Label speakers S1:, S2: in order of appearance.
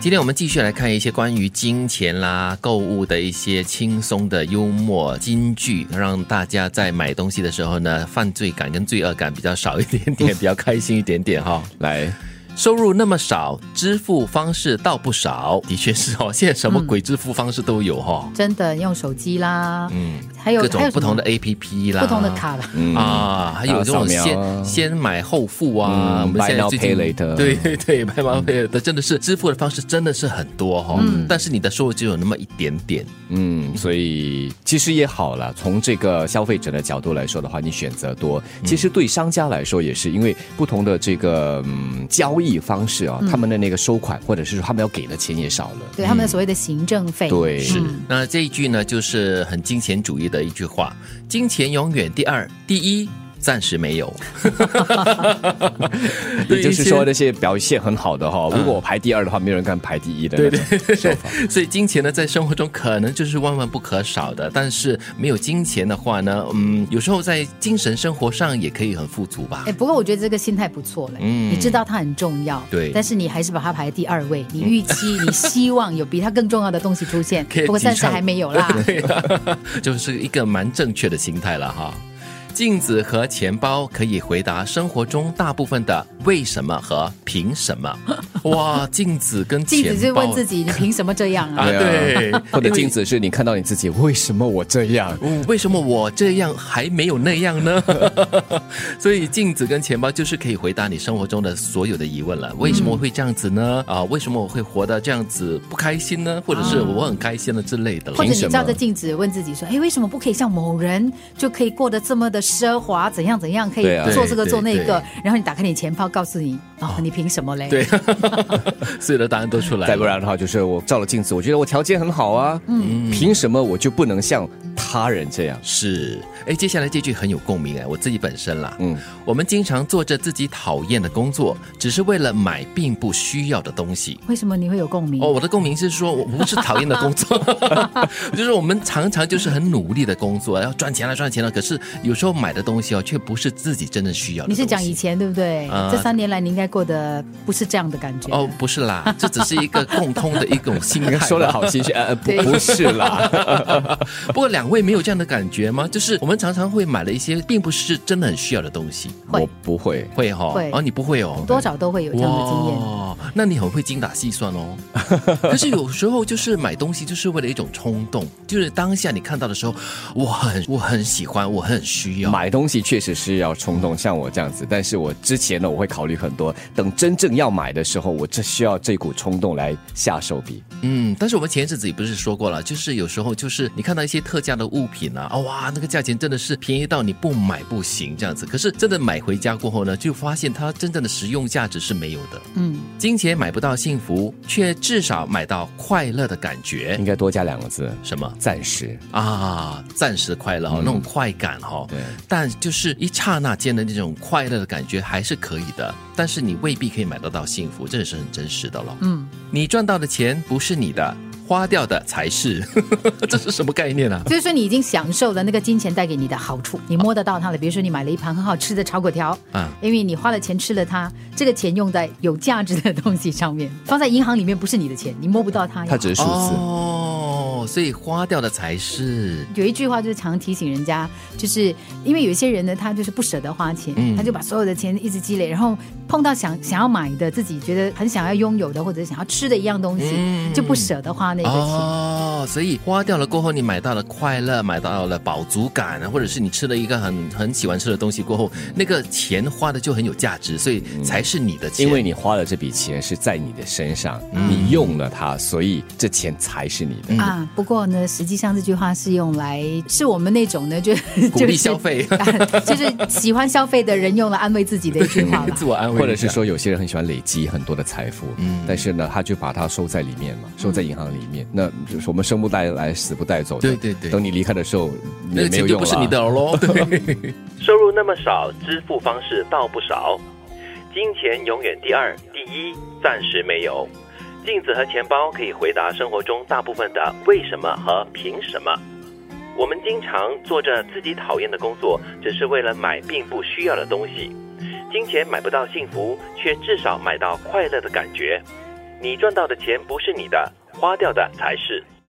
S1: 今天我们继续来看一些关于金钱啦、购物的一些轻松的幽默金句，让大家在买东西的时候呢，犯罪感跟罪恶感比较少一点 点，
S2: 嗯
S1: 比较开心一点点哈、
S3: 来，
S1: 收入那么少，支付方式倒不少，的确是哦。现在什么鬼支付方式都有哈、哦，
S2: 真的用手机啦，
S1: 嗯，
S2: 还有
S1: 各
S2: 还
S1: 种
S2: 有
S1: 不同的
S2: 什
S1: A P P
S2: 么
S1: 啦，
S2: 不同的卡吧，
S3: 嗯
S1: 啊，还有这种
S3: 打扫描
S1: 先
S3: 啊
S1: 先买后付啊，
S3: 嗯
S1: 我们
S3: buy
S1: 现在
S3: now
S1: 最近
S3: pay later
S1: 对对对，buy now pay later 真的是支付的方式真的是很多哈、哦，
S2: 嗯
S1: 但是你的收入只有那么一点点，
S3: 嗯，所以其实也好啦。从这个消费者的角度来说的话，你选择多，其实对商家来说也是，因为不同的这个嗯交易方式啊，他们的那个收款或者是说他们要给的钱也少了。
S2: 对
S1: 嗯
S2: 他们的所谓的行政费，
S3: 对是
S2: 嗯
S1: 那这一句呢，就是很金钱主义的一句话：金钱永远第二，第一暂时没 有。
S3: 也就是说，
S1: 对
S3: 那些表现很好的哈、如果我排第二的话，没有人敢排第一的那 种说法。
S1: 一些所以金钱呢，在生活中可能就是万万不可少的。但是没有金钱的话呢，嗯，有时候在精神生活上也可以很富足吧
S2: 哎，。不过我觉得这个心态不错嘞，
S1: 嗯
S2: 你知道它很重要，
S1: 对嗯
S2: 但是你还是把它排第二位，你预期 你希望有比它更重要的东西出现
S1: 可以，
S2: 不过
S1: 提倡
S2: 暂时还没有啦。
S1: 对、啊就是一个蛮正确的心态了哈。镜子和钱包可以回答生活中大部分的为什么和凭什么。 哇，镜子跟 钱
S2: 镜
S1: 包
S2: 子就问自己，你凭什么这样
S1: 啊，
S2: 啊？
S1: 对，
S3: 或者镜子是你看到你自己，为什么我这样？
S1: 嗯，为什么我这样还没有那样呢？ 所以镜子跟钱包就是可以回答你生活中的所有的疑问了。为什么会这样子呢？啊，为什么我会活得这样子不开心呢？或者是我很开心了之类的了
S2: 啊或者
S3: 凭什
S2: 你
S3: 么
S2: 照着镜子问自己说：“哎，为什么不可以像某人就可以过得这么的奢华？怎样怎样可以
S3: 对啊
S2: 做这个
S1: 对
S2: 做那
S1: 对
S2: 个？”然后你打开你钱包，告诉你：“哦，你凭什么 嘞？”
S1: 对，所有的答案都出来了。
S3: 再不然的话，就是我照了镜子，我觉得我条件很好啊，嗯，凭什么我就不能像他人这样？
S1: 是，哎，接下来这句很有共鸣哎，我自己本身啦，
S3: 嗯，
S1: 我们经常做着自己讨厌的工作，只是为了买并不需要的东西。
S2: 为什么你会有共鸣？
S1: 哦，我的共鸣是说，我不是讨厌的工 作， 就是我们常常就是很努力的工作，要赚钱了赚钱了，可是有时候买的东西哦，却不是自己真正需要的
S2: 你
S1: 东西。
S2: 是讲以前对不对？
S1: 啊
S2: 这三年来你应该过得不是这样的感觉。
S1: 哦，不是啦，这只是一个共通的一 种心
S3: 你
S1: 态。
S3: 看说的。好心虚，呃，呃不
S2: 对
S3: 不是啦，
S1: 不过两位没有这样的感觉吗？就是我们常常会买了一些并不是真的很需要的东西，
S2: 会
S3: 我不会。
S1: 会哈、哦？
S2: 会
S1: 你不会哦？
S2: 多少都会有这样的经验。
S1: 哇，那你很会精打细算哦。 可是有时候就是买东西就是为了一种冲动，就是当下你看到的时候，我很我很喜欢，我很需要。
S3: 买东西确实是要冲动，像我这样子。但是我之前呢，我会考虑很多。等真正要买的时候，我这需要这股冲动来下手笔。
S1: 嗯，但是我们前一阵子也不是说过了，就是有时候就是你看到一些特价的物品啊，哦、哇，那个价钱真的是便宜到你不买不行这样子。可是真的买回家过后呢，就发现它真正的实用价值是没有的。
S2: 嗯，
S1: 金钱买不到幸福，却至少买到快乐的感觉
S2: 嗯
S3: 应。该多加两个字，
S1: 什么？
S3: 暂时。
S1: 啊，暂时的快乐哈、
S3: 嗯
S1: 那种快感哈、
S3: 对，
S1: 但就是一刹那间的那种快乐的感觉还是可以的，但是你未必可以买得到幸福，这也是很真实的咯。
S2: 嗯，
S1: 你赚到的钱不是你的，花掉的才是， 这是什么概念啊？
S2: 就是说你已经享受了那个金钱带给你的好处，你摸得到它了。比如说你买了一盘很好吃的炒粿条，
S1: 啊，
S2: 因为你花了钱吃了它，这个钱用在有价值的东西上面，放在银行里面不是你的钱，你摸不到它呀。
S3: 它只是数字。
S1: 哦，所以花掉的才是。
S2: 有一句话就是常提醒人家，就是因为有些人呢，他就是不舍得花钱，
S1: 嗯
S2: 他就把所有的钱一直积累，然后碰到想想要买的，自己觉得很想要拥有的或者想要吃的一样东西，
S1: 嗯
S2: 就不舍得花那个钱。
S1: 哦，所以花掉了过后，你买到了快乐，买到了饱足感，或者是你吃了一个很很喜欢吃的东西过后，那个钱花的就很有价值，所以才是你的钱。
S3: 因为你花了这笔钱是在你的身上，你用了它，所以这钱才是你
S1: 嗯
S3: 的。
S2: 啊，不过呢，实际上这句话是用来是我们那种呢，就
S1: 鼓励消费
S2: 就是 啊就是喜欢消费的人用来安慰自己的一句话吧。
S1: 自我安慰，
S3: 或者是。说，有些人很喜欢累积很多的财富，但是呢，他就把它收在里面嘛，收在银行里面。那就是我们生不带来，死不带走的。
S1: 对对对
S3: 等你离开的时候，
S1: 那
S3: 也
S1: 个
S3: 没
S1: 钱
S3: 有
S1: 就
S3: 用
S1: 不
S3: 了。啊
S1: 是你的喽。对，
S4: 收入那么少，支付方式倒不少。金钱永远第二，第一暂时没有。镜子和钱包可以回答生活中大部分的为什么和凭什么。我们经常做着自己讨厌的工作，只是为了买并不需要的东西。金钱买不到幸福，却至少买到快乐的感觉。你赚到的钱不是你的，花掉的才是。